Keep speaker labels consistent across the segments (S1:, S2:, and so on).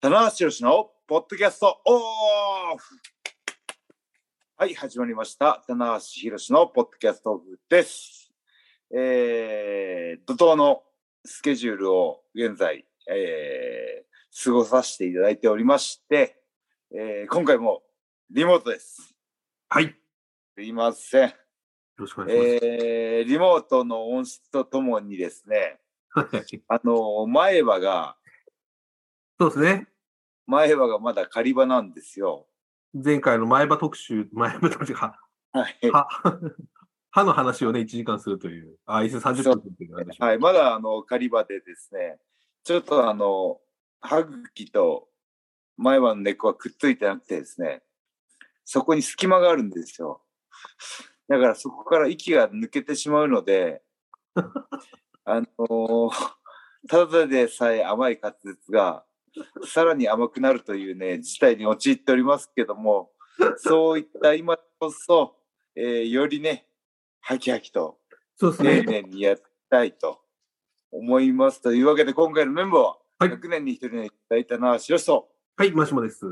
S1: 棚橋宏のポッドキャストオフはい、始まりました。棚橋宏のポッドキャストオフです。えー、怒涛のスケジュールを現在、えー、過ごさせていただいておりまして、えー、今回もリモートです。
S2: はい。よ
S1: すいません。
S2: ろしくお願いし
S1: えー、リモートの音質とともにですね、
S2: ます。
S1: あの、前歯が、
S2: そうですね。
S1: 前歯がまだ仮歯なんですよ。
S2: 前回の前歯特集、前歯特集か、
S1: はい。
S2: 歯、歯の話をね、1時間するという、あ、いつ30分っていう話。
S1: はい、まだあの狩り場でですね、ちょっとあの歯茎と前歯の根っこがくっついてなくてですね、そこに隙間があるんですよ。だからそこから息が抜けてしまうので、あのただでさえ甘い滑舌が、さらに甘くなるというね、事態に陥っておりますけども、そういった今こそ、えーよりね、ハキハキと
S2: そうです
S1: 丁寧
S2: ね。
S1: にやったいと思います。というわけで、今回のメンバーは、
S2: はい
S1: 100年に一人のいただいたのは、白石と。
S2: はい、マシモです。よ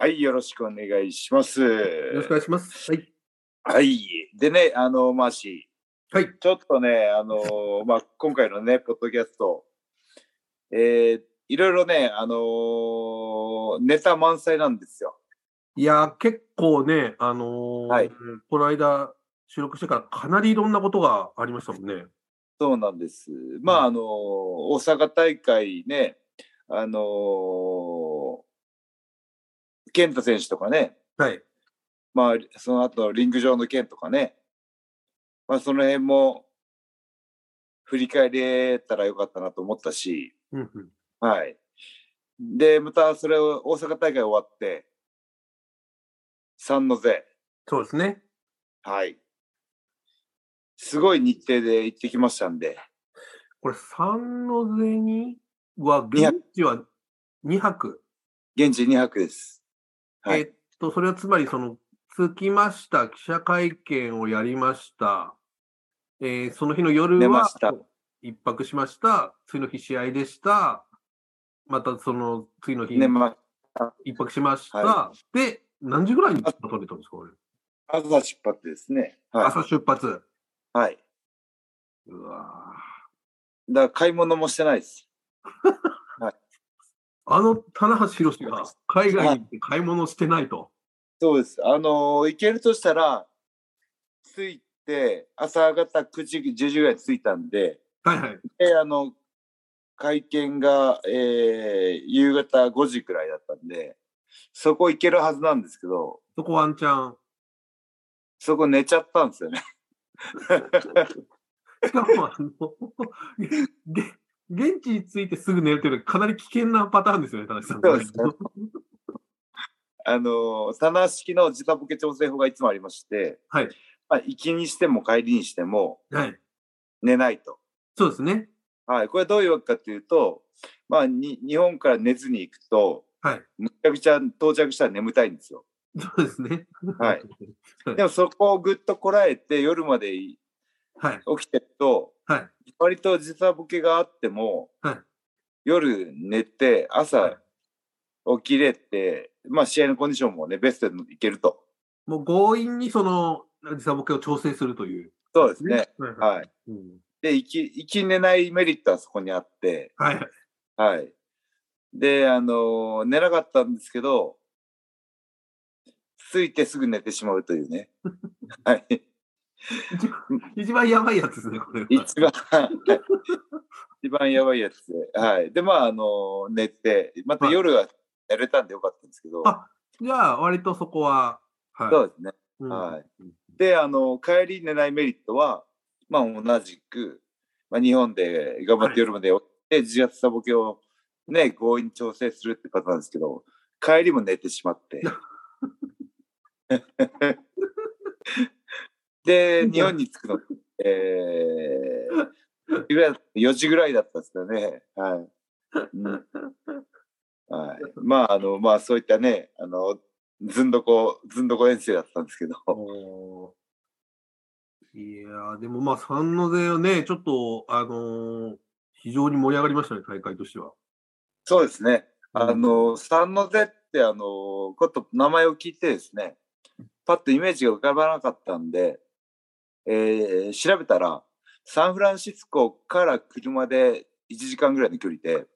S1: はい、よろしくお願いします。
S2: ろしくお願いします。はい。
S1: はい。でね、あの、マーシ
S2: はい。
S1: ー、ちょっとね、あの、まあ、今回のね、ポッドキャスト、えー、いろいろね、あのネタ満載なんですよ。
S2: いやー、結構ね、あのー
S1: はい
S2: この間、収録してからかなりいろんなことがありましたもんね。
S1: そうなんです。まあ、あの、大阪大会ね、あの健太選手とかね、
S2: はい。
S1: まあ、その後のリング上の件とかね、まあ、その辺も振り返れたらよかったなと思ったし、
S2: うんうん。
S1: はい。で、またそれを大阪大会終わって、三の瀬、
S2: そうですね。
S1: はい。すごい日程で行ってきましたんで、
S2: これ、三の瀬には、
S1: 二
S2: 現
S1: 泊
S2: 地は2泊。
S1: 現地2泊です。はい
S2: えっと、それはつまり、その、着きました、記者会見をやりました、えーその日の夜
S1: 寝ま
S2: は
S1: した
S2: 一泊しました、次の日試合でした、またその次の日
S1: で、ま
S2: 一泊しました、
S1: は
S2: で、何時ぐらいに取れたんですか、これ
S1: あ、朝出発ですね。は
S2: 朝出発。
S1: い。はい。
S2: うわー
S1: だから買い物もしてないです。
S2: あの、棚橋宏が海外に行って買い物してないと。
S1: そうです。あのー行けるとしたら、着いて、朝方9時、10時ぐらいに着いたんで、
S2: はいはい。
S1: で、あの、会見が、えー夕方5時くらいだったんで、そこ行けるはずなんですけど、
S2: そこワンチャン。
S1: そこ寝ちゃったんですよね。
S2: しかも、あの、げ現地に着いてすぐ寝るというのはかなり危険なパターンですよね、田中さん。
S1: そうですねあのー、棚式の時差ボケ調整法がいつもありまして、
S2: はい
S1: まあ、行きにしても帰りにしても
S2: はい。
S1: 寝ないと。
S2: そうですね。
S1: はい、これどういうわけかというと、まあ、に日本から寝ずに行くと、
S2: はい
S1: むちゃくちゃ到着したら眠たいんですよ。
S2: そうですね。
S1: はい。でもそこをぐっとこらえて夜まで起
S2: はい。
S1: きてると、
S2: はい
S1: 割と時差ボケがあっても、
S2: はい
S1: 夜寝て
S2: は
S1: 朝起きれて、まあ試合のコンディションもねベストでいけると
S2: もう強引にその時差ボケを調整するという。
S1: そうですね。
S2: はいは
S1: はい
S2: い。うん
S1: で生き生き寝ないメリットはそこにあって
S2: はいはい。
S1: はいであのー寝なかったんですけど着いてすぐ寝てしまうという ねはい
S2: 一番一番やばいやつですね、これは。
S1: 一番、一番やばいやつで、はい。で、まあ、あの、寝て、また
S2: はい
S1: 夜は寝れたんでよかったんですけど、
S2: あじゃあ、割とそこは。はい。
S1: そうですね。
S2: うん
S1: はいで、あの、帰り寝ないメリットは、まあ、同じく、まあ、日本で頑張っ
S2: はい
S1: て夜まで起きて、自殺サボケをね、強引に調整するってパターンですけど、帰りも寝てしまって。 で、日本に着くの、えー、4時ぐらいだったんですよね。はい。うんはい、まあ、あの、まあ、そういったね、あの、ずんどこ、ずんどこ遠征だったんですけど。
S2: おーいやー、でもまあ、三の瀬はね、ちょっと、あのー非常に盛り上がりましたね、大会としては。
S1: そうですね。あの、三の手って、あの、こと、名前を聞いてですね、パッとイメージが浮かばなかったんで、えー調べたら、サンフランシスコから車で1時間ぐらいの距離で、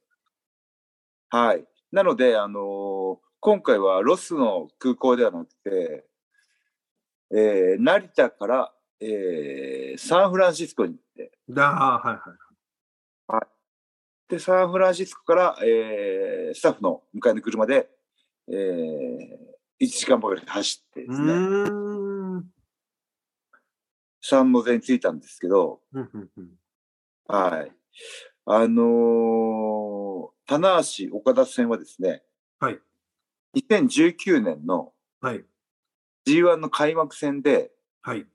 S1: はい。なので、あの今回はロスの空港ではなくて、えー成田から、えーサンフランシスコに行って、
S2: ああ、はいはい。
S1: で、サンフランシスコから、えースタッフの迎えの車で、え1時間ばかり走ってで
S2: う
S1: すね、
S2: ーん。
S1: 三の前に着いたんですけど、
S2: うんうんうん
S1: はい。あのー、棚橋岡田線はですね、
S2: はい。
S1: 2019年の
S2: はい。
S1: G1 の開幕戦で、
S2: はい。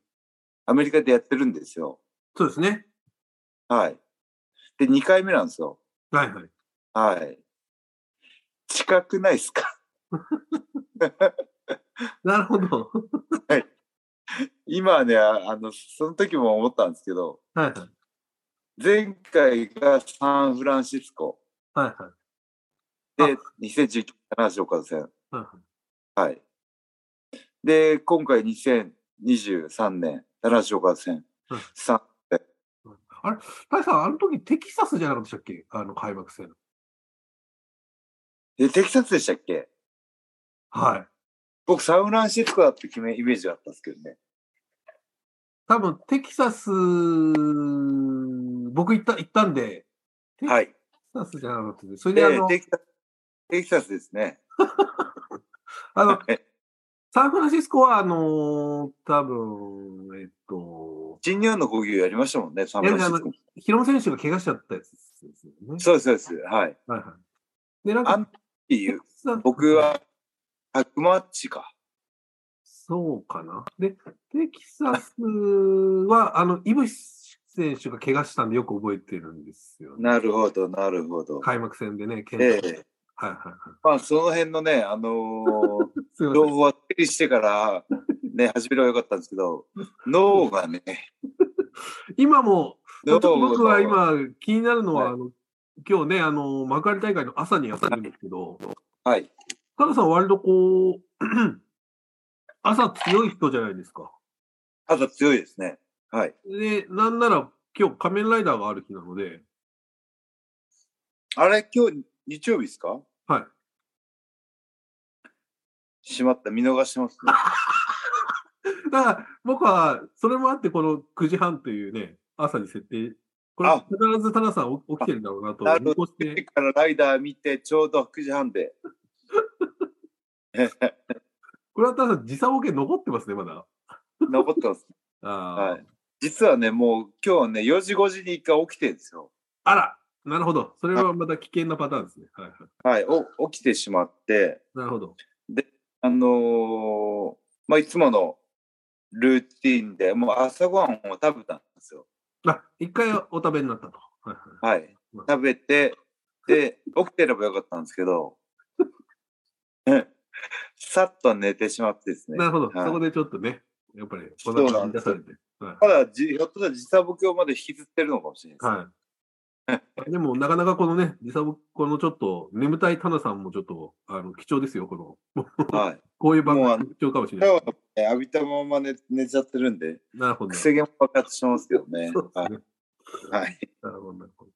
S1: アメリカでやってるんですよ。
S2: そうですね。
S1: はい。で、2回目なんですよ。
S2: はいはい。
S1: はい。近くないですか
S2: なるほど。
S1: 今はね、ああの、その時も思ったんですけど、
S2: はいはい。
S1: 前回がサンフランシスコ
S2: はいはい。あ
S1: で、2019棚橋岡田線。
S2: はいは
S1: は
S2: い
S1: い。で、今回2023年、奈良岡戦
S2: うん、
S1: さん
S2: あれ、大さん、あの時テキサスじゃなかったでしたっけあの開幕戦。
S1: え、テキサスでしたっけ
S2: はい。
S1: 僕、サンフランシスコだって決め、イメージがあったんですけどね。
S2: 多分、テキサス、僕行った、行ったんで、え
S1: はい。
S2: テキサスじゃなかったです。それで、あ
S1: で
S2: の、
S1: テキサス、テキサスですね。
S2: あの、
S1: はい
S2: サンフランシスコは、あのー多分、えっと、
S1: 新日本の工業やりましたもんね、サンフランシスコ。
S2: ヒロム選手が怪我しちゃったやつですよね。
S1: そうです、そうです。はい。っ
S2: はいはい。で、なん
S1: あん
S2: か、
S1: ていう、
S2: テキサス
S1: 僕は、タクマッチか。
S2: そうかな。で、テキサスは、あの、イブシ選手が怪我したんでよく覚えてるんですよ、ね。
S1: なるほど、なるほど。
S2: 開幕戦でね、怪我
S1: え
S2: は
S1: え
S2: いはいはい。
S1: まあ、その辺のね、あの ー
S2: すいませ
S1: 情
S2: ん。
S1: 報は整理してから、ね、始めればよかったんですけど、脳がね、
S2: 今も、ちょっと僕は
S1: は
S2: 今気になるのは、
S1: はい
S2: あの今日ね、あの、幕張大会の朝にやってるんですけど、
S1: はい。
S2: カナさん割とこう、 朝強い人じゃないですか。
S1: 肌強いですね。はい。
S2: で、なんなら今日仮面ライダーがある日なので、
S1: あれ、今日、日曜日ですか
S2: はい。
S1: しまった、見逃してますね。
S2: だから僕はそれもあってこの9時半というね、朝に設定、これ
S1: あ
S2: 必ずタナさん起きてるんだろうなと
S1: なる
S2: 見
S1: ほ
S2: 越
S1: ど。
S2: し
S1: 9時
S2: て、
S1: からライダー見て、ちょうど9時半 で。
S2: これはタナさん時差ボケ残ってますね、まだ。
S1: 残ってます。
S2: あー
S1: はい。実はね、もう今日はね、4時5時に一回起きてるんですよ。
S2: あら、なるほど。それはまた危険なパターンですね。はいはい、
S1: はい。お起きてしまって、
S2: なるほど。
S1: あのーまあ、いつものルーティンで、もう朝ごはんを食べたんですよ。
S2: あ、一回お食べになったと。はいはい
S1: はい。食べて、で、起きてればよかったんですけど、うんさっと寝てしまってですね
S2: な。るほど、
S1: はい
S2: そこでちょっとね、やっぱりこ
S1: そ
S2: ん
S1: う
S2: な
S1: な
S2: 感
S1: ん
S2: じ
S1: で
S2: 出
S1: す
S2: されて。はい
S1: まだじ、ひょっとしたら時差ボケをまで引きずってるのかもしれないです。
S2: はい、でも、なかなかこのね、時差ぼこのちょっと眠たいタナさんもちょっとあの貴重ですよ、この。
S1: はい。
S2: こういう番
S1: もうあ
S2: 組
S1: の
S2: 貴重かもしれ
S1: 今
S2: な
S1: 日
S2: い。
S1: は、ね、浴びたまま寝寝ちゃってるんで、
S2: なるほど。
S1: くせ毛も爆発してますけどね
S2: そ。うです
S1: は
S2: ね。
S1: い。はい、
S2: なるほど、なるほど。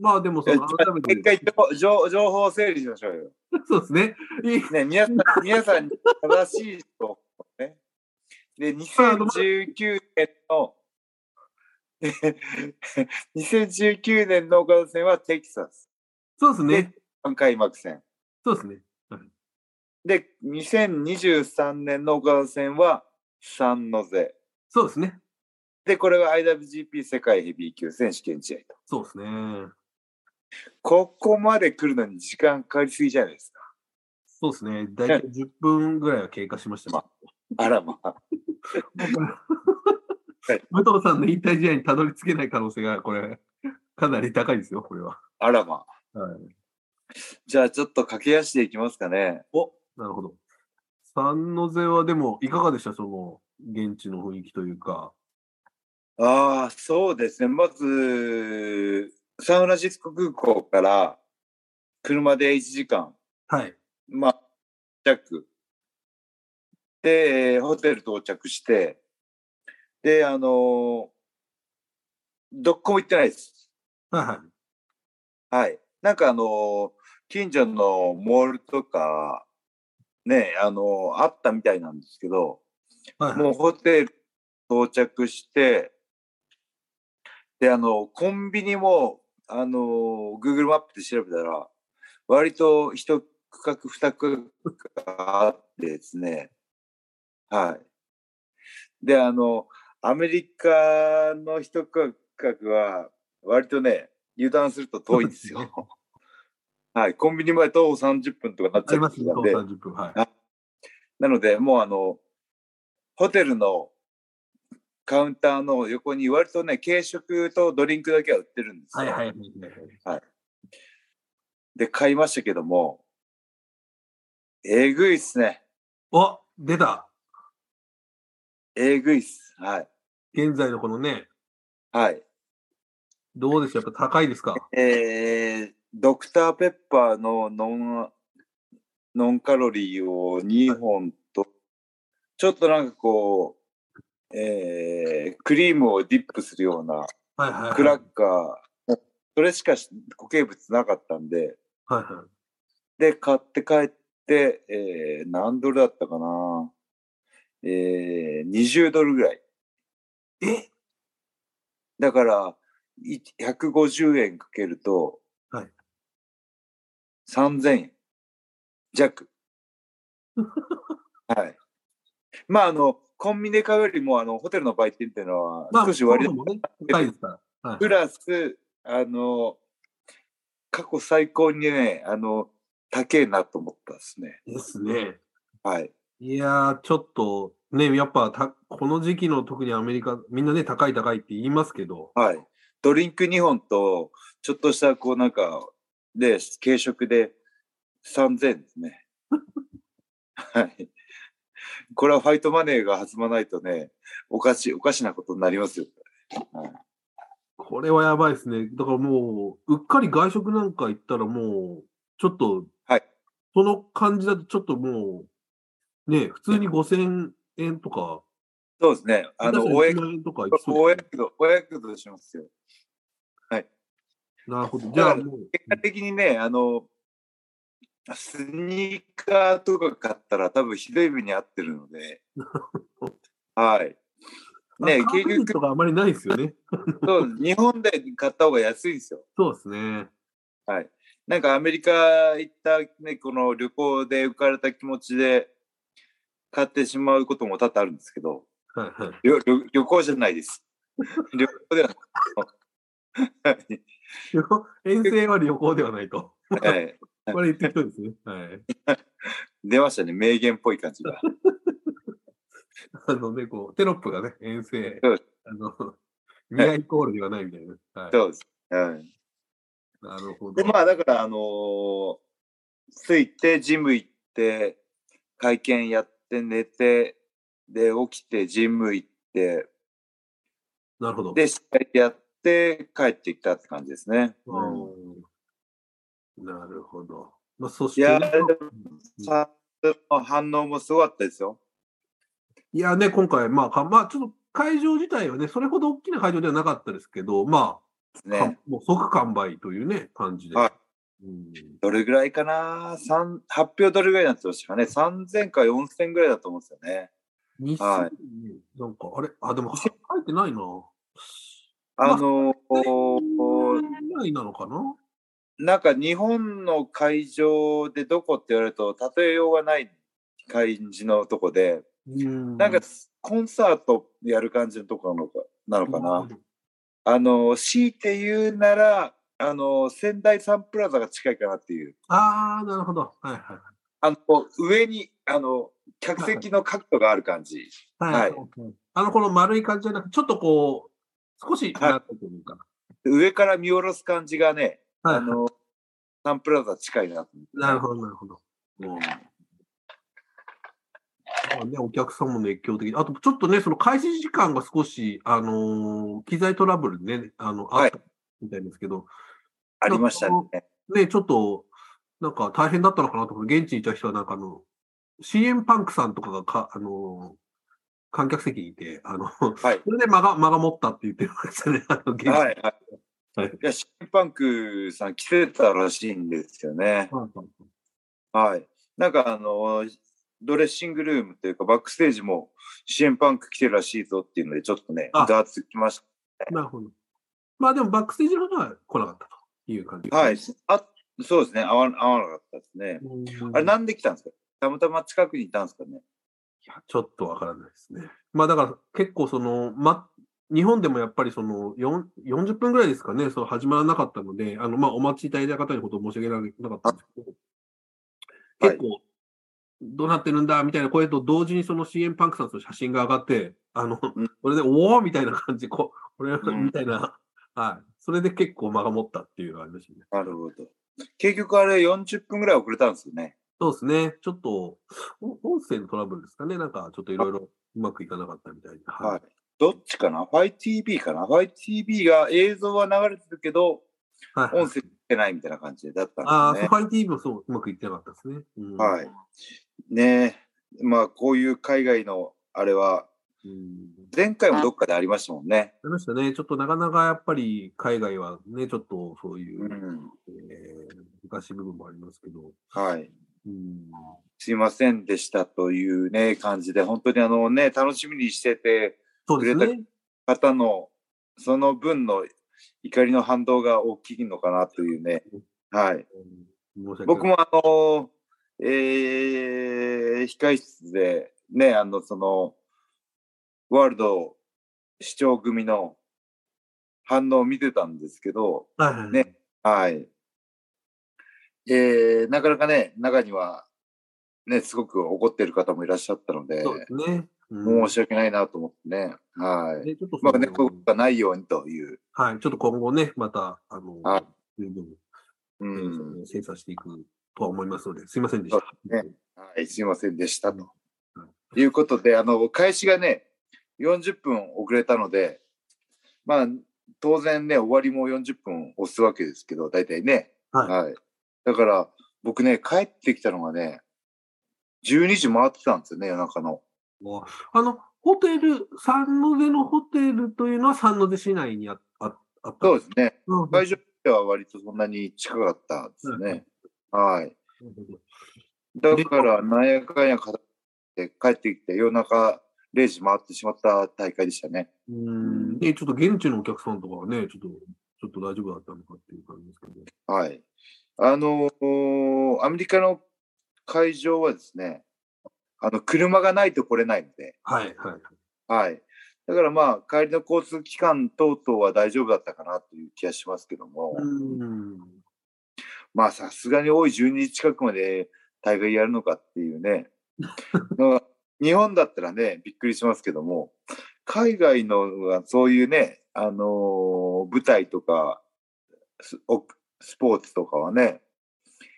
S2: まあでも、その、改め
S1: 一
S2: て、
S1: 回情情情報を整理しましょうよ。
S2: そうですね。いい
S1: ね、皆さん、皆さんに正しい情報をね。で、2019年 の、2019年の岡田戦はテキサス、
S2: そうですね。
S1: 開幕戦。
S2: そうですね。
S1: で、2023年の岡田戦は三ノ瀬。
S2: そうですね。
S1: で、これが IWGP 世界ヘビー級選手権試合と。
S2: そうですね。
S1: ここまで来るのに時間かかりすぎじゃないですか。
S2: そうですね。大体10分ぐらいは経過しましたね。
S1: あらまあ。い
S2: 武藤さんの引退試合にたどり着けない可能性が、これ、かなり高いですよ、これは。
S1: あらまあ。
S2: は
S1: じゃあちょっと駆け足でいきますかね。
S2: おなるほど。三の瀬はでも、いかがでしたその、現地の雰囲気というか。
S1: ああ、そうですね。まず、サンフランシスコ空港から車で1時間、
S2: はい。
S1: まあ、着。で、えーホテル到着して、で、あのーどこも行ってないです。
S2: はいはい。
S1: はい。なんかあのー近所のモールとか、ね、あのーあったみたいなんですけど、
S2: はいはい
S1: もうホテル到着して、で、あの、コンビニも、あの、Google マップで調べたら、割と一区画、二区画あってですね。はい。で、あの、アメリカの一区画は、割とね、油断すると遠いんです
S2: そうです
S1: よ。はい。コンビニまで徒歩30分とかなっ
S2: あ
S1: ちゃ
S2: り
S1: う
S2: ま
S1: ん
S2: すね、徒歩
S1: で。
S2: 30分。はい。
S1: なので、もうあの、ホテルのカウンターの横に割とね、軽食とドリンクだけは売ってるんです
S2: はい
S1: よ。
S2: はいはいはい。
S1: で、買いましたけども、えぐいっすね。
S2: お出た
S1: えぐいっす。はい。
S2: 現在のこのね、
S1: はい。
S2: どうでしょうやっぱ高いですか
S1: えー、ドクターペッパーのノン、ノンカロリーを2本と、ちょっとなんかこう、えー、クリームをディップするような、
S2: はいはいはい。
S1: クラッカー、それしかし固形物なかったんで、
S2: はいはい。
S1: で、買って帰って、えー何ドルだったかなえー、20ドルぐらい。
S2: え
S1: だから、い150円かけると、
S2: はい
S1: 3000円 弱。はい。まあ、あの、コンビニで買うよりも、あの、ホテルの売店っていうのは、
S2: まあ、
S1: 少し割
S2: そ
S1: り
S2: もそもね、高いですから。はい
S1: プラス、あの、過去最高にね、あの、高えなと思ったですね。
S2: ですね。
S1: はい。
S2: いやー、ちょっと、ね、やっぱた、この時期の特にアメリカ、みんなね、高い高いって言いますけど、
S1: はい。ドリンク2本と、ちょっとした、こうなんか、で、軽食で3000ですね。 はい。これはファイトマネーが弾まないとね、おかし、おかしなことになりますよ。
S2: これはやばいですね。だからもう、うっかり外食なんか行ったらもう、ちょっと、
S1: はい
S2: その感じだとちょっともう、ね、普通に5000円とか、
S1: そうですね。あの、お
S2: 下手
S1: や
S2: し
S1: く
S2: たら1万円とか行きそう
S1: お
S2: で
S1: や
S2: すね
S1: くど、おやくどしますよ。
S2: なるほど。じゃあもう、
S1: 結果的にね、あの、スニーカーとか買ったら多分ひどい目に遭ってるの で、はい。ね、結
S2: 結局。
S1: 局
S2: とかあまりないですよね。
S1: そう、日本で買った方が安いんですよ。
S2: そうですね。
S1: はい。なんかアメリカ行った、ね、この旅行で浮かれた気持ちで買ってしまうことも多々あるんですけど、
S2: はいはい。
S1: 旅旅旅行じゃない です。旅行ではなくはい
S2: 旅行遠征は旅行ではないと。
S1: はい。
S2: これ言ってる人ですね。はい。
S1: 出ましたね、名言っぽい感じが。
S2: あのね、こう、テロップがね、遠征
S1: そうで、
S2: あの、ニアイコールではないみたいな。はい。
S1: そうです。はい。
S2: なるほ
S1: で
S2: ど。
S1: まあだからあのー着いてジム行って会見やって寝てで起きてジム行って
S2: なるほど。
S1: で試合やって帰ってきたって感じですね。うん
S2: うんなるほど。まあ、そし
S1: い
S2: てね、
S1: やーでもさの反応もすごかったですよ。
S2: いやね、今回、まあか、まあ、ちょっと会場自体はね、それほど大きな会場ではなかったですけど、まあ、か
S1: ね、
S2: もう即完売というね、感じで。
S1: は
S2: うん
S1: どれぐらいかな三発表どれぐらいになってましたかね ?3000 か4000ぐらいだと思うんですよね。
S2: 2000、
S1: は
S2: なんか、あれ、あ、でも、書いてないな。
S1: あの
S2: こ
S1: ー
S2: ぐらいなのかな
S1: なんか日本の会場でどこって言われると例えようがない感じのとこで、
S2: うん。
S1: なんかコンサートやる感じのとこなのかなのかな、あの強いて言うならあの仙台サンプラザが近いかなっていう
S2: ああ、なるほど。はいは
S1: あの上にあの客席の角度がある感じ
S2: い。
S1: はい
S2: あの、この丸い感じじゃなくて、ちょっとこう、少し、
S1: はい
S2: なったというか。
S1: 上から見下ろす感じがね
S2: はい
S1: あのサンプラザ近いなと思って
S2: なるほど、なるほど。うんまあね、お客さんも熱狂的であとちょっとね、その開始時間が少し、あのー機材トラブルでね、あの、あ
S1: はい
S2: ったみたいですけど、
S1: ありましたね。
S2: ね、ちょっと、なんか大変だったのかなと思って、現地にいた人はなんかあの、CM パンクさんとかがか、あの、観客席にいて、あ
S1: い
S2: の、それで間が、間が持ったって言ってましたね。あの、現地。
S1: はいはい
S2: はい
S1: いや、シンパンクさん来てたらしいんですよね。はい。なんかあの、ドレッシングルームというか、バックステージも支援パンク来てるらしいぞっていうので、ちょっとね、
S2: あ
S1: ざわつきまし
S2: なるほど。まあでもバックステージの方は来なかったという感じ。
S1: た。はい。。あそうですね合わ、合わなかったですね。あれ、なんで来たんですかたまたま近くにいたんですかね。
S2: いやちょっとわからないですね。まあだから結構その、ま、日本でもやっぱりその4 40分ぐらいですかね、その始まらなかったので、あのまあお待ちいただいた方にことを申し訳なかったんですけど、
S1: はい
S2: 結構、どうなってるんだみたいな声と同時にその CM パンクさんの写真が上がって、あの、
S1: うん
S2: これで、おおみたいな感じ、ここれ、
S1: うん
S2: みたいな、はい。それで結構間が持ったっていうのがありましたね。
S1: なるほど。結局あれ40分ぐらい遅れたんですよね。
S2: そうですね。ちょっと、お音声のトラブルですかね。なんか、ちょっといろいろうまくいかなかったみたいで。は
S1: はい。どっちかなファイ TV かなファイ TV が映像は流れてるけど、
S2: はい
S1: 音声出てないみたいな感じだった
S2: あ
S1: ん
S2: あ、
S1: です
S2: ソ
S1: ね
S2: フ。ァイティーもそう、うまくいってなかったですね。うん
S1: はい。ねえ。まあ、こういう海外のあれは、
S2: うん
S1: 前回もどっかでありましたもんね。
S2: ありましたね。ちょっとなかなかやっぱり海外はね、ちょっとそういうう、
S1: ん。
S2: えー、難しい部分もありますけど。
S1: はい。
S2: うん、
S1: すいませんでしたというね、感じで、本当にあのね、楽しみにしてて、
S2: そうです
S1: 触
S2: ね。
S1: 方の、その分の怒りの反動が大きいのかなというね。はい。
S2: うん申し訳ない
S1: 僕。もあの、えー、控室で、ね、あの、その、ワールド市長組の反応を見てたんですけど、
S2: はいはいはい
S1: ねはい。えー、なかなかね、中には、ね、すごく怒ってる方もいらっしゃったので、
S2: そうですね。うん
S1: 申し訳ないなと思ってね、はい。
S2: ねちょっとそ
S1: ま
S2: の
S1: あね、こういうことがないようにという、
S2: はい。ちょっと今後ね、また、あの、
S1: はい
S2: 十分、
S1: う
S2: え
S1: ん、
S2: ー精査していくとは思いますので、すいませんでした。
S1: そうはい、すいませんでしたと
S2: うん。
S1: いうことで、あの、開始がね、40分遅れたので、まあ、当然ね、終わりも40分押すわけですけど、大体ね。
S2: はい
S1: だから、僕ね、帰ってきたのがね、12時回ってたんですよね、夜中の。
S2: あの、ホテル、三ノ瀬のホテルというのは三ノ瀬市内にあああったん
S1: そう
S2: す
S1: ですね。
S2: うんうん
S1: 会場では割とそんなに近かったですね。はい。だから、なんやかんや形で帰ってきて、夜中0時回ってしまった大会でしたね。
S2: うん。で、ちょっと現地のお客さんとかはね、ちょっと、ちょっと大丈夫だったのかっていう感じですけど。
S1: はい。あのーアメリカの会場はですね、あの、車がないと来れないので、
S2: はい、はい。
S1: はい。だからまあ、帰りの交通機関等々は大丈夫だったかなという気がしますけども、
S2: うん。
S1: まあ、さすがに多い12時近くまで大会やるのかっていうね、のが日本だったらね、びっくりしますけども、海外のはそういうね、あのー舞台とかスおスポーツとかはね、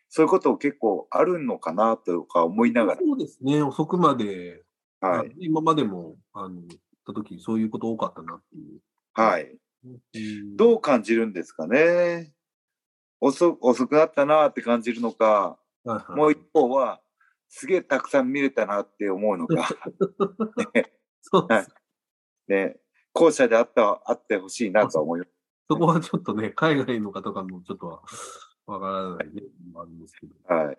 S1: そういうこと結構あるのかなとか思いなが
S2: そうですね、遅くまで、
S1: ら、はい、
S2: 今までも、あの、行った時そういうこと多かったなっていう。
S1: はい、
S2: うん
S1: どう感じるんですかね。遅遅くなったなって感じるのか、
S2: はいはい
S1: もう一方は、すげえたくさん見れたなって思うのか。
S2: そうです
S1: ね、後者であった、あってほしいなとは思います。
S2: そこはちょっとね、海外の方からもちょっとは、わからないね、あるんですけど。
S1: はい。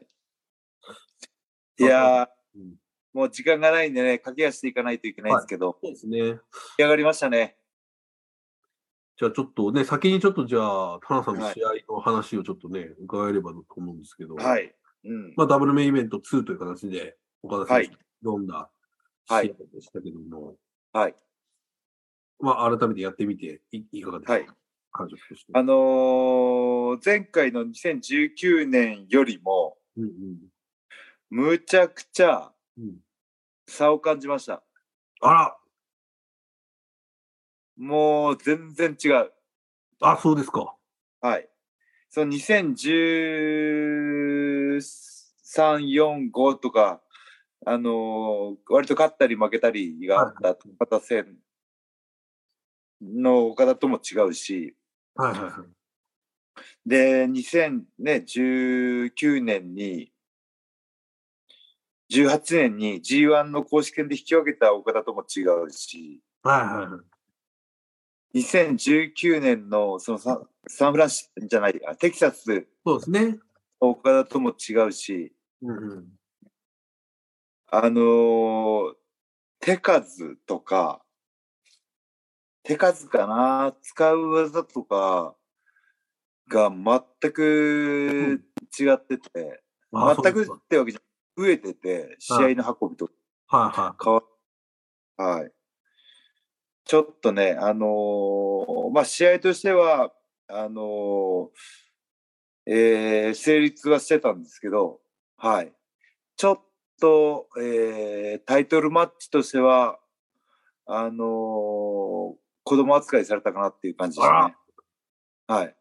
S1: いやー
S2: うん、
S1: もう時間がないんでね、駆け足でいかないといけないんですけど、
S2: そうですね。
S1: 出来上がりましたね。
S2: じゃあちょっとね、先にちょっとじゃあ、田中さんの
S1: はい
S2: 試合の話をちょっとね、伺えればと思うんですけど、
S1: はい。うん。
S2: まあ、ダブルメインイベント2という形で、岡田選手に挑んだ試合
S1: はい
S2: でしたけども、
S1: はい。
S2: まあ、改めてやってみてい、いかがですか、
S1: はい
S2: 感触として。
S1: あのー前回の2019年よりも、
S2: うん
S1: むちゃくちゃ
S2: うんうん、
S1: 差を感じました。
S2: あら、
S1: もう全然違う。
S2: あ、そうですか。
S1: はい。その2013、4、5とか、あのー割と勝ったり負けたりがあった岡田戦の岡田とも違うし、
S2: はいはいはい。
S1: で、2019年に、18年に G1 の公式戦で引き分けた岡田とも違うし、
S2: はいはいはい。
S1: 2019年のそのサンサンフランシスじゃない、あテキサス
S2: そうですね。
S1: 岡田とも違うし、
S2: うんうん。
S1: あのー手数とか、手数かな、使う技とかが全く違ってて、
S2: あ
S1: 全
S2: そう
S1: く
S2: ですか
S1: ってわけじゃ増えてて、試合の運びとか
S2: はいは
S1: 変わはい。ちょっとね、あのーまあ、試合としては、あのーえー成立はしてたんですけど、はい。ちょっと、えータイトルマッチとしては、あのー子供扱いされたかなっていう感じですね。はい。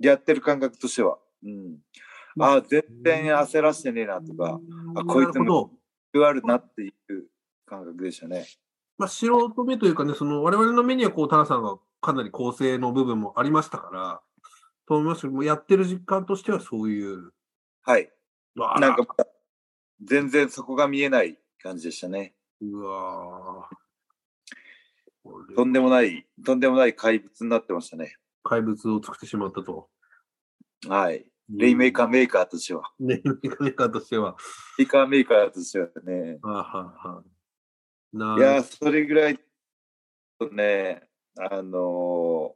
S1: やってる感覚としては。うん。ああ、全然焦らしてねえなとか、
S2: い。
S1: あこいつも
S2: なるほど。
S1: あるなっていう感覚でしたね。
S2: まあ、素人目というかね、その我々の目にはこう、田中さんがかなり構成の部分もありましたから、と思いますけど、もうやってる実感としてはそういう、
S1: はい。
S2: うわー
S1: なんか、全然そこが見えない感じでしたね。
S2: うわーことれ
S1: んでもない、とんでもない怪物になってましたね。
S2: 怪物を作ってしまったと。
S1: はい。レイメーカーメーカーとしては。
S2: ー。レイメーカーとしては。
S1: レイカーメーカーとしてはね。
S2: あーはーはーない
S1: やー、それぐらい、ね、あの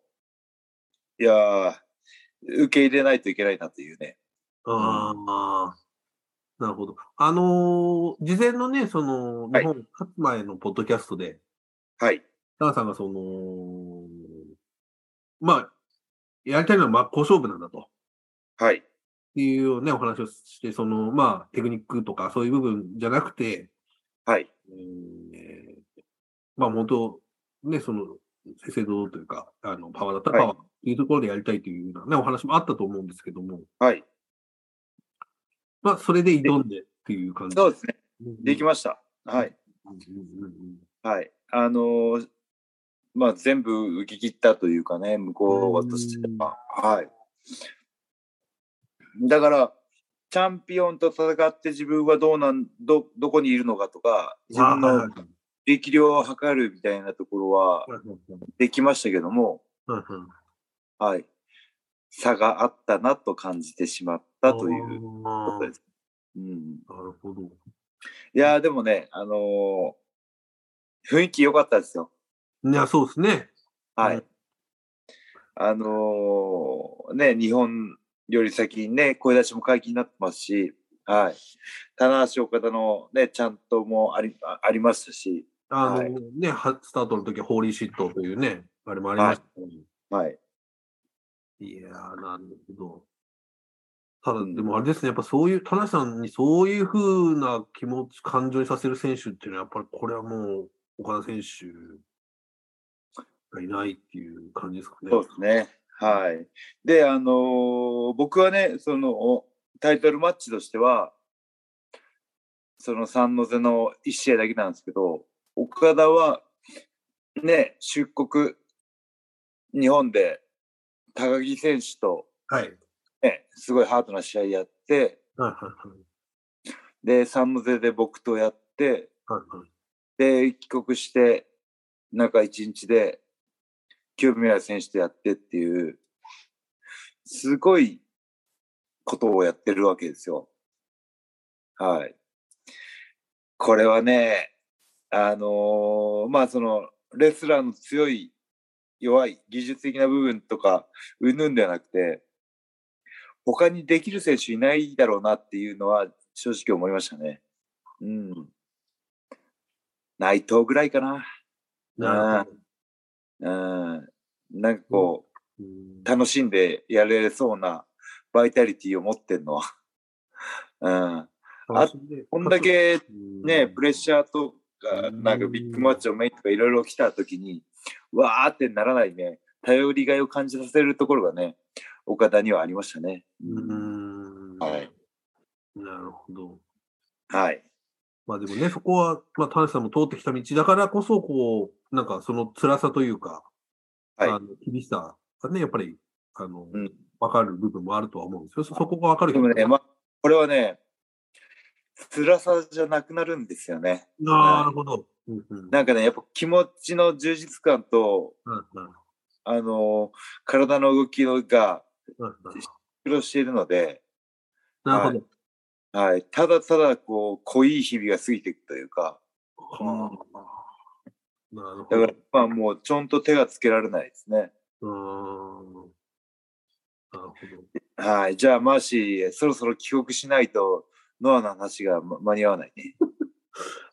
S1: ーいやー、受け入れないといけないなというね。
S2: ああ、なるほど。あのー事前のね、その、
S1: は
S2: 日
S1: い
S2: 本勝つ前のポッドキャストで、
S1: はい。
S2: タカさんがその、まあ、やりたいのは真っ向勝負なんだと。
S1: はい。
S2: いうようなね、お話をして、その、まあ、テクニックとかそういう部分じゃなくて、
S1: はい。
S2: えーまあ、本当、ね、その、正々堂々というか、あの、パワーだったらパワーというところでやりたいというようなね、お話もあったと思うんですけども、
S1: はい。
S2: まあ、それで挑んでっていう感じ
S1: そうですね。で
S2: で
S1: きました。はい。はい。あのーまあ、全部受け切ったというかね、向こうとしては。はい。だから、チャンピオンと戦って自分はどうなん、ど、どこにいるのかとか、自分の力量を測るみたいなところはできましたけども、はい。差があったなと感じてしまったということです。うん。
S2: なるほど。
S1: いやーでもね、あのー雰囲気良かったですよ。
S2: いや、そうですね。
S1: はい。
S2: うん
S1: あのーね、日本より先にね、声出しも解禁になってますし、はい。棚橋岡田のね、ちゃんともあり、あありましたし、
S2: あの、
S1: はい
S2: ね、はスタートの時はホーリーシットというね、あれもありましたけど、
S1: はい。
S2: い、やー、なるほど。ただ、
S1: うん
S2: でもあれですね、やっぱそういう、田中さんにそういうふうな気持ち、感情にさせる選手っていうのは、やっぱりこれはもう、岡田選手がいないっていう感じですかね。
S1: そうですね。はい。で、あのー僕はね、その、タイトルマッチとしては、その三の瀬の一試合だけなんですけど、岡田は、ね、出国、日本で、高木選手と
S2: はい。はい
S1: ね、すごいハードな試合やって、
S2: はいはい。
S1: で、サムゼで僕とやって、
S2: はいはい
S1: で、帰国して、中1日で、清宮選手とやってっていう、すごいことをやってるわけですよ。はい。これはね、あのーまあその、レスラーの強い、弱い、技術的な部分とか、うんぬんではなくて、他にできる選手いないだろうなっていうのは正直思いましたね。うん。内藤ぐらいかな。
S2: なるほど。
S1: うん。なんかこう、
S2: うん
S1: 楽しんでやれそうなバイタリティを持ってんのは。 うん。
S2: 楽しみで
S1: こんだけね、プレッシャーとか、
S2: うん
S1: なんかビッグマッチをメインとかいろいろ来た時に、わーってならないね、頼りがいを感じさせるところがね、岡田にはありましたね。
S2: うん。
S1: はい。
S2: なるほど。
S1: はい。
S2: まあでもね、そこは、まあ、田中さんも通ってきた道だからこそ、こう、なんかその辛さというか、
S1: はい
S2: あの厳しさがね、やっぱりあの、
S1: うん
S2: わかる部分もあるとは思うんですよ。そそこがわかる
S1: で
S2: 人
S1: もね、まあ、これはね、辛さじゃなくなるんですよね。
S2: なるほど。うんうん。
S1: なんかね、やっぱ気持ちの充実感と、
S2: うんうん
S1: あの、体の動きが
S2: うんうん
S1: 苦労しているので、
S2: なるほど。
S1: はい、ただただこう、濃い日々が過ぎていくというか、
S2: はあなるほ
S1: だか
S2: ど
S1: ら。、まあもうちょんと手がつけられないですね。
S2: うーんなるほど。
S1: はい、じゃあマーシー、そろそろ帰国しないと、ノアの話がま間に合わない ね。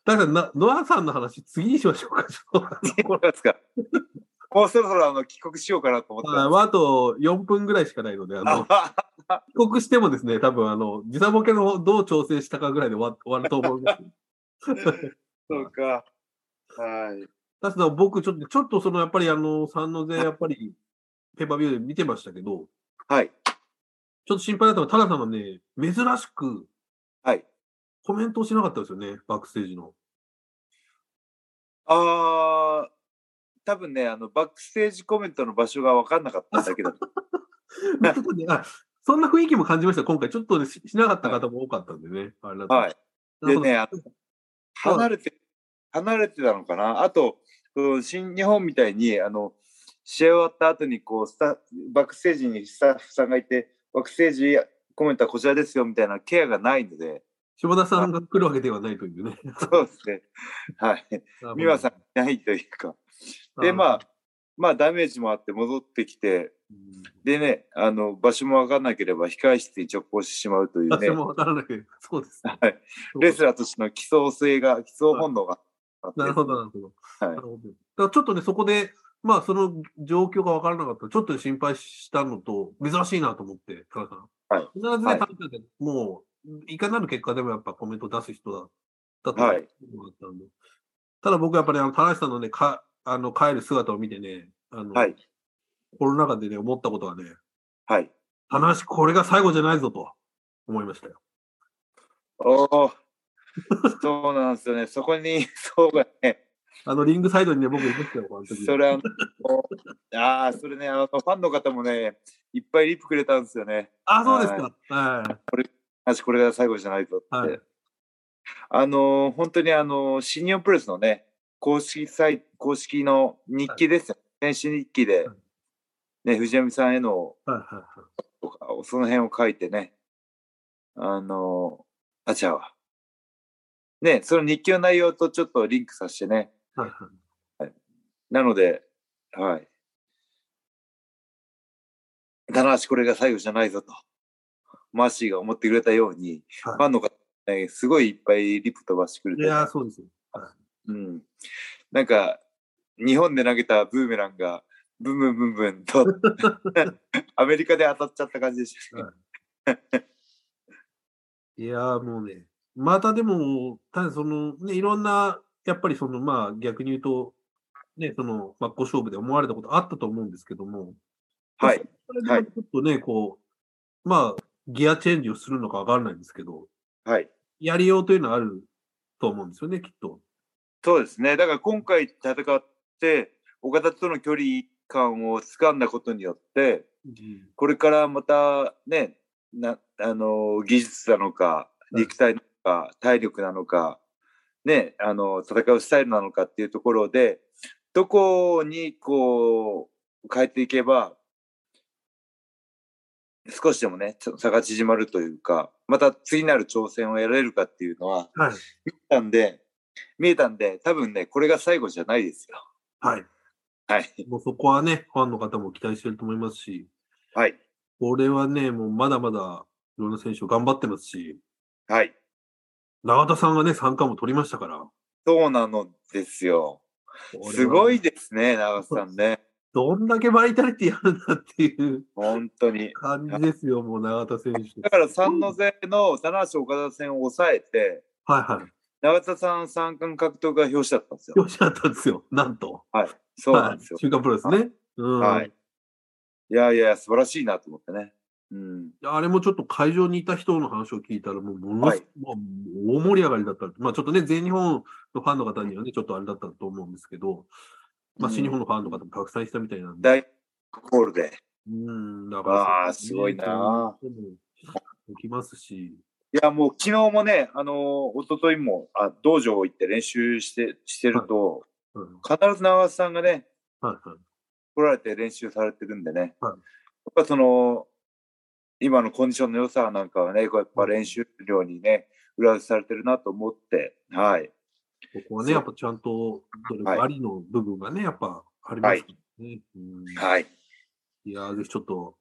S2: だからな、ノアさんの話、次にしましょうか。ちょっと
S1: そうですか。もうそろそろあの帰国しようかなと思って
S2: あ
S1: たん
S2: まああと4分ぐらいしかないので、あ
S1: です
S2: の、帰国してもですね、多分あの、時差ボケのどう調整したかぐらいで終わ終わると思います。
S1: そうか。はい。
S2: だって僕、ちょっと、ちょっとその、やっぱりあの、サンノゼ、やっぱり、ペーパービューで見てましたけど、
S1: はい。
S2: ちょっと心配だったのは、タナさんがね、珍しく
S1: はい。
S2: コメントをしなかったですよね、バックステー ジの。
S1: あー、多分ね、あの、バックステージコメントの場所が分かんなかっただけだと。
S2: ちょっとねあそんな雰囲気も感じました、今回。ちょっとね、ししなかった方も多かったんでね。あれだと
S1: はい。でね、
S2: な
S1: あ
S2: るほど
S1: 離れて、離れてたのかな。あと、うん新日本みたいに、あの、試合終わった後に、こう、スタバックステージにスタッフさんがいて、バックステージコメントはこちらですよみたいなケアがないの で、
S2: 下田さんが来るわけではないというね。
S1: そうですね。はい。美和さんいないというか。で、まあ、まあ、ダメージもあって戻ってきて、
S2: うん、
S1: でね、あの、場所も分かんなければ控室に直行してしまうという
S2: 場
S1: ね
S2: 所、もわからなくて、そうですね。
S1: はいレスラーとしての基礎性が、基礎本能があって。
S2: なるほど、なるほど。
S1: はい
S2: なるほど。だからちょっとね、そこで、まあ、その状況が分からなかったら、ちょっと心配したのと、珍しいなと思って、田中さん。
S1: はい
S2: 必ず
S1: は
S2: ね、
S1: い
S2: 田中さんってもう、いかなる結果でもやっぱコメント出す人だったと思う
S1: はい
S2: ったんでただ僕はやっぱり、あの、田中さんのね、かあの帰る姿を見てね、あの、
S1: はい。
S2: コロナ禍でね、思ったことはね、
S1: はい。
S2: 田中、これが最後じゃないぞと思いましたよ。
S1: おお。そうなんですよね。そこに、 そうがね、
S2: あの、リングサイドにね、僕いましたよ、あの時。
S1: それあの、ああ、それね、あの、ファンの方もね、いっぱいリップくれたんですよね。
S2: あ、そうですか。は
S1: 私、これが最後じゃないぞって。
S2: はい
S1: あの、本当にあの、新日本プロレスのね、公式サイ公式の日記ですよ。選手日記で
S2: は、
S1: ね、藤波さんへの
S2: い。はい、はい、はい。
S1: とか、その辺を書いてね、あの、あちゃうわ。ね、その日記の内容とちょっとリンクさせてね、
S2: はいはい
S1: なので、はい。棚橋これが最後じゃないぞと、マーシーが思ってくれたように、
S2: はい
S1: ファンの方、ね、すごいいっぱいリプ飛ばしてくれ
S2: い
S1: て、
S2: やー、そうですよ。
S1: うん。なんか、日本で投げたブーメランが、ブンブンブンブン と、アメリカで当たっちゃった感じでしたね。
S2: いやー、もうね、またでも、ただその、ね、いろんな、やっぱりその、まあ、逆に言うと、ね、その、真っ向勝負で思われたことあったと思うんですけども、
S1: はい。
S2: それでまたちょっとね、こう、まあ、ギアチェンジをするのかわからないんですけど、
S1: はい。
S2: やりようというのはあると思うんですよね、きっと。
S1: そうですね。だから今回戦って、岡田との距離感を掴んだことによって、これからまたね、なあの技術なのか、
S2: うん
S1: 肉体なのか、体力なのか、ね、あの戦うスタイルなのかっていうところで、どこにこう変えていけば、少しでもね、ちょ差が縮まるというか、また次なる挑戦をやれるかっていうのは、
S2: はい。
S1: 見えたんで、見えたんで、多分ね、これが最後じゃないですよ。
S2: はい。
S1: はい。
S2: もうそこはね、ファンの方も期待してると思いますし、
S1: はい。
S2: これはね、もうまだまだ、いろんな選手頑張ってますし、
S1: はい。
S2: 永田さんがね、参加も取りましたから、
S1: そうなのですよ。すごいですね、長瀬さんね。
S2: どんだけバイタリティあるんだっていう
S1: 本当に。
S2: 感じですよ、もう永田選手。
S1: だから三の瀬の棚橋岡田戦を抑えて、
S2: はいはい。
S1: 長田さん三冠獲得が表紙だったんですよ。
S2: よしだったんですよ、なんと。
S1: そうなんですよ
S2: はい。週刊プロですね。うん。
S1: はい。いやいや、素晴らしいなと思ってね。うん。
S2: あれもちょっと会場にいた人の話を聞いたら、もうもの
S1: は
S2: す、
S1: い
S2: もう大盛り上がりだった。まあちょっとね、全日本のファンの方にはね、ちょっとあれだったと思うんですけど、まあ
S1: うん
S2: 新日本のファンの方もたくさんいたみたいなんで、
S1: 大ホールで。
S2: うん、だ
S1: あーすごいな。
S2: そういうこともできますし、
S1: いや、もう昨日もね、あのー、一昨日も、あ、道場行って練習して、してると、
S2: うん、
S1: 必ず長瀬さんがね、
S2: はいはい。
S1: 来られて練習されてるんでね、
S2: は
S1: や
S2: い
S1: っぱその、今のコンディションの良さなんかはね、こうやっぱ練習量にね、裏打ちされてるなと思って、はい。
S2: ここはね、
S1: そう
S2: やっぱちゃんと努力ありの部分がね、やっぱありますからね。うん
S1: はい。
S2: いやー、ぜひちょっと、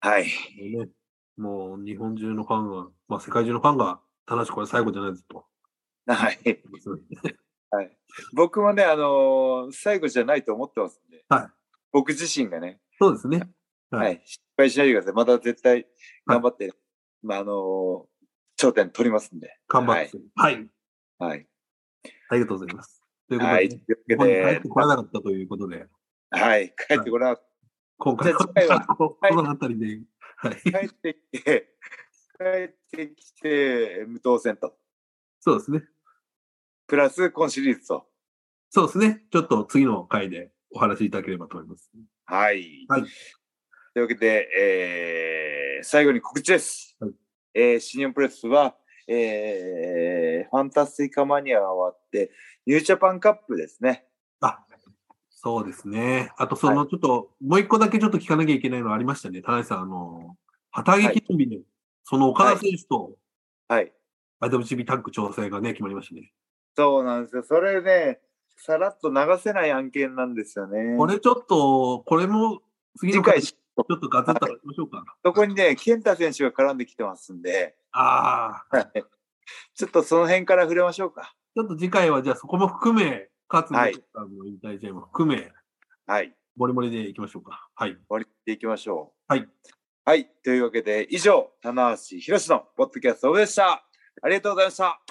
S1: はい。
S2: ね、もう日本中のファンが、まあ世界中のファンが、ただしこれ最後じゃないですと。
S1: はい。はい、僕もね、あのー最後じゃないと思ってますんで、
S2: はい
S1: 僕自身がね、
S2: そうですね。
S1: は
S2: はい
S1: い、失敗しないでください。また絶対頑張って、まあ、あのー頂点取りますんで、
S2: 頑張って。はい。
S1: はい。
S2: ありがとうございます。ということで、
S1: はい。という
S2: 日
S1: わ
S2: 本
S1: け
S2: に帰っ
S1: で
S2: て、これなかったということで、
S1: はい。帰ってこなかっ
S2: 今回
S1: じゃあ次回は
S2: は、こ
S1: はい
S2: のあたりで、はい。
S1: た。帰ってきて、帰ってきて、無当選と。
S2: そうですね。
S1: プラス、今シリーズと。
S2: そうですね。ちょっと次の回でお話しいただければと思います。
S1: はい。
S2: はい
S1: というわけで、えー最後に告知です。
S2: はい
S1: えー新日本プロレスは、えーファンタスティカマニアが終わって、ニュージャパンカップですね。
S2: あ、そうですね。あと、その、ちょっと、もう一個だけちょっと聞かなきゃいけないのありましたね。田中さん、あの、旗揚げ記念日の、その岡田選手と
S1: はい。
S2: IWGP タッグ調整がね、決まりましたね。
S1: そうなんですよ。それね、さらっと流せない案件なんですよね。
S2: これちょっと、これも、次
S1: 次
S2: の回、
S1: 回
S2: ち
S1: し、
S2: ょっとガツッと話しましょうか。
S1: そこにね、健太選手が絡んできてますんで、
S2: ああ、
S1: ちょっとその辺から触れましょうか。
S2: ちょっと次回は、じゃあそこも含め、勝野
S1: はい
S2: さんの引退試合も含め、
S1: はい。
S2: モリモリでいきましょうか。はい。
S1: 終わりていきましょう。
S2: はい。
S1: はい。というわけで、以上、棚橋宏のポッドキャストオブでした。ありがとうございました。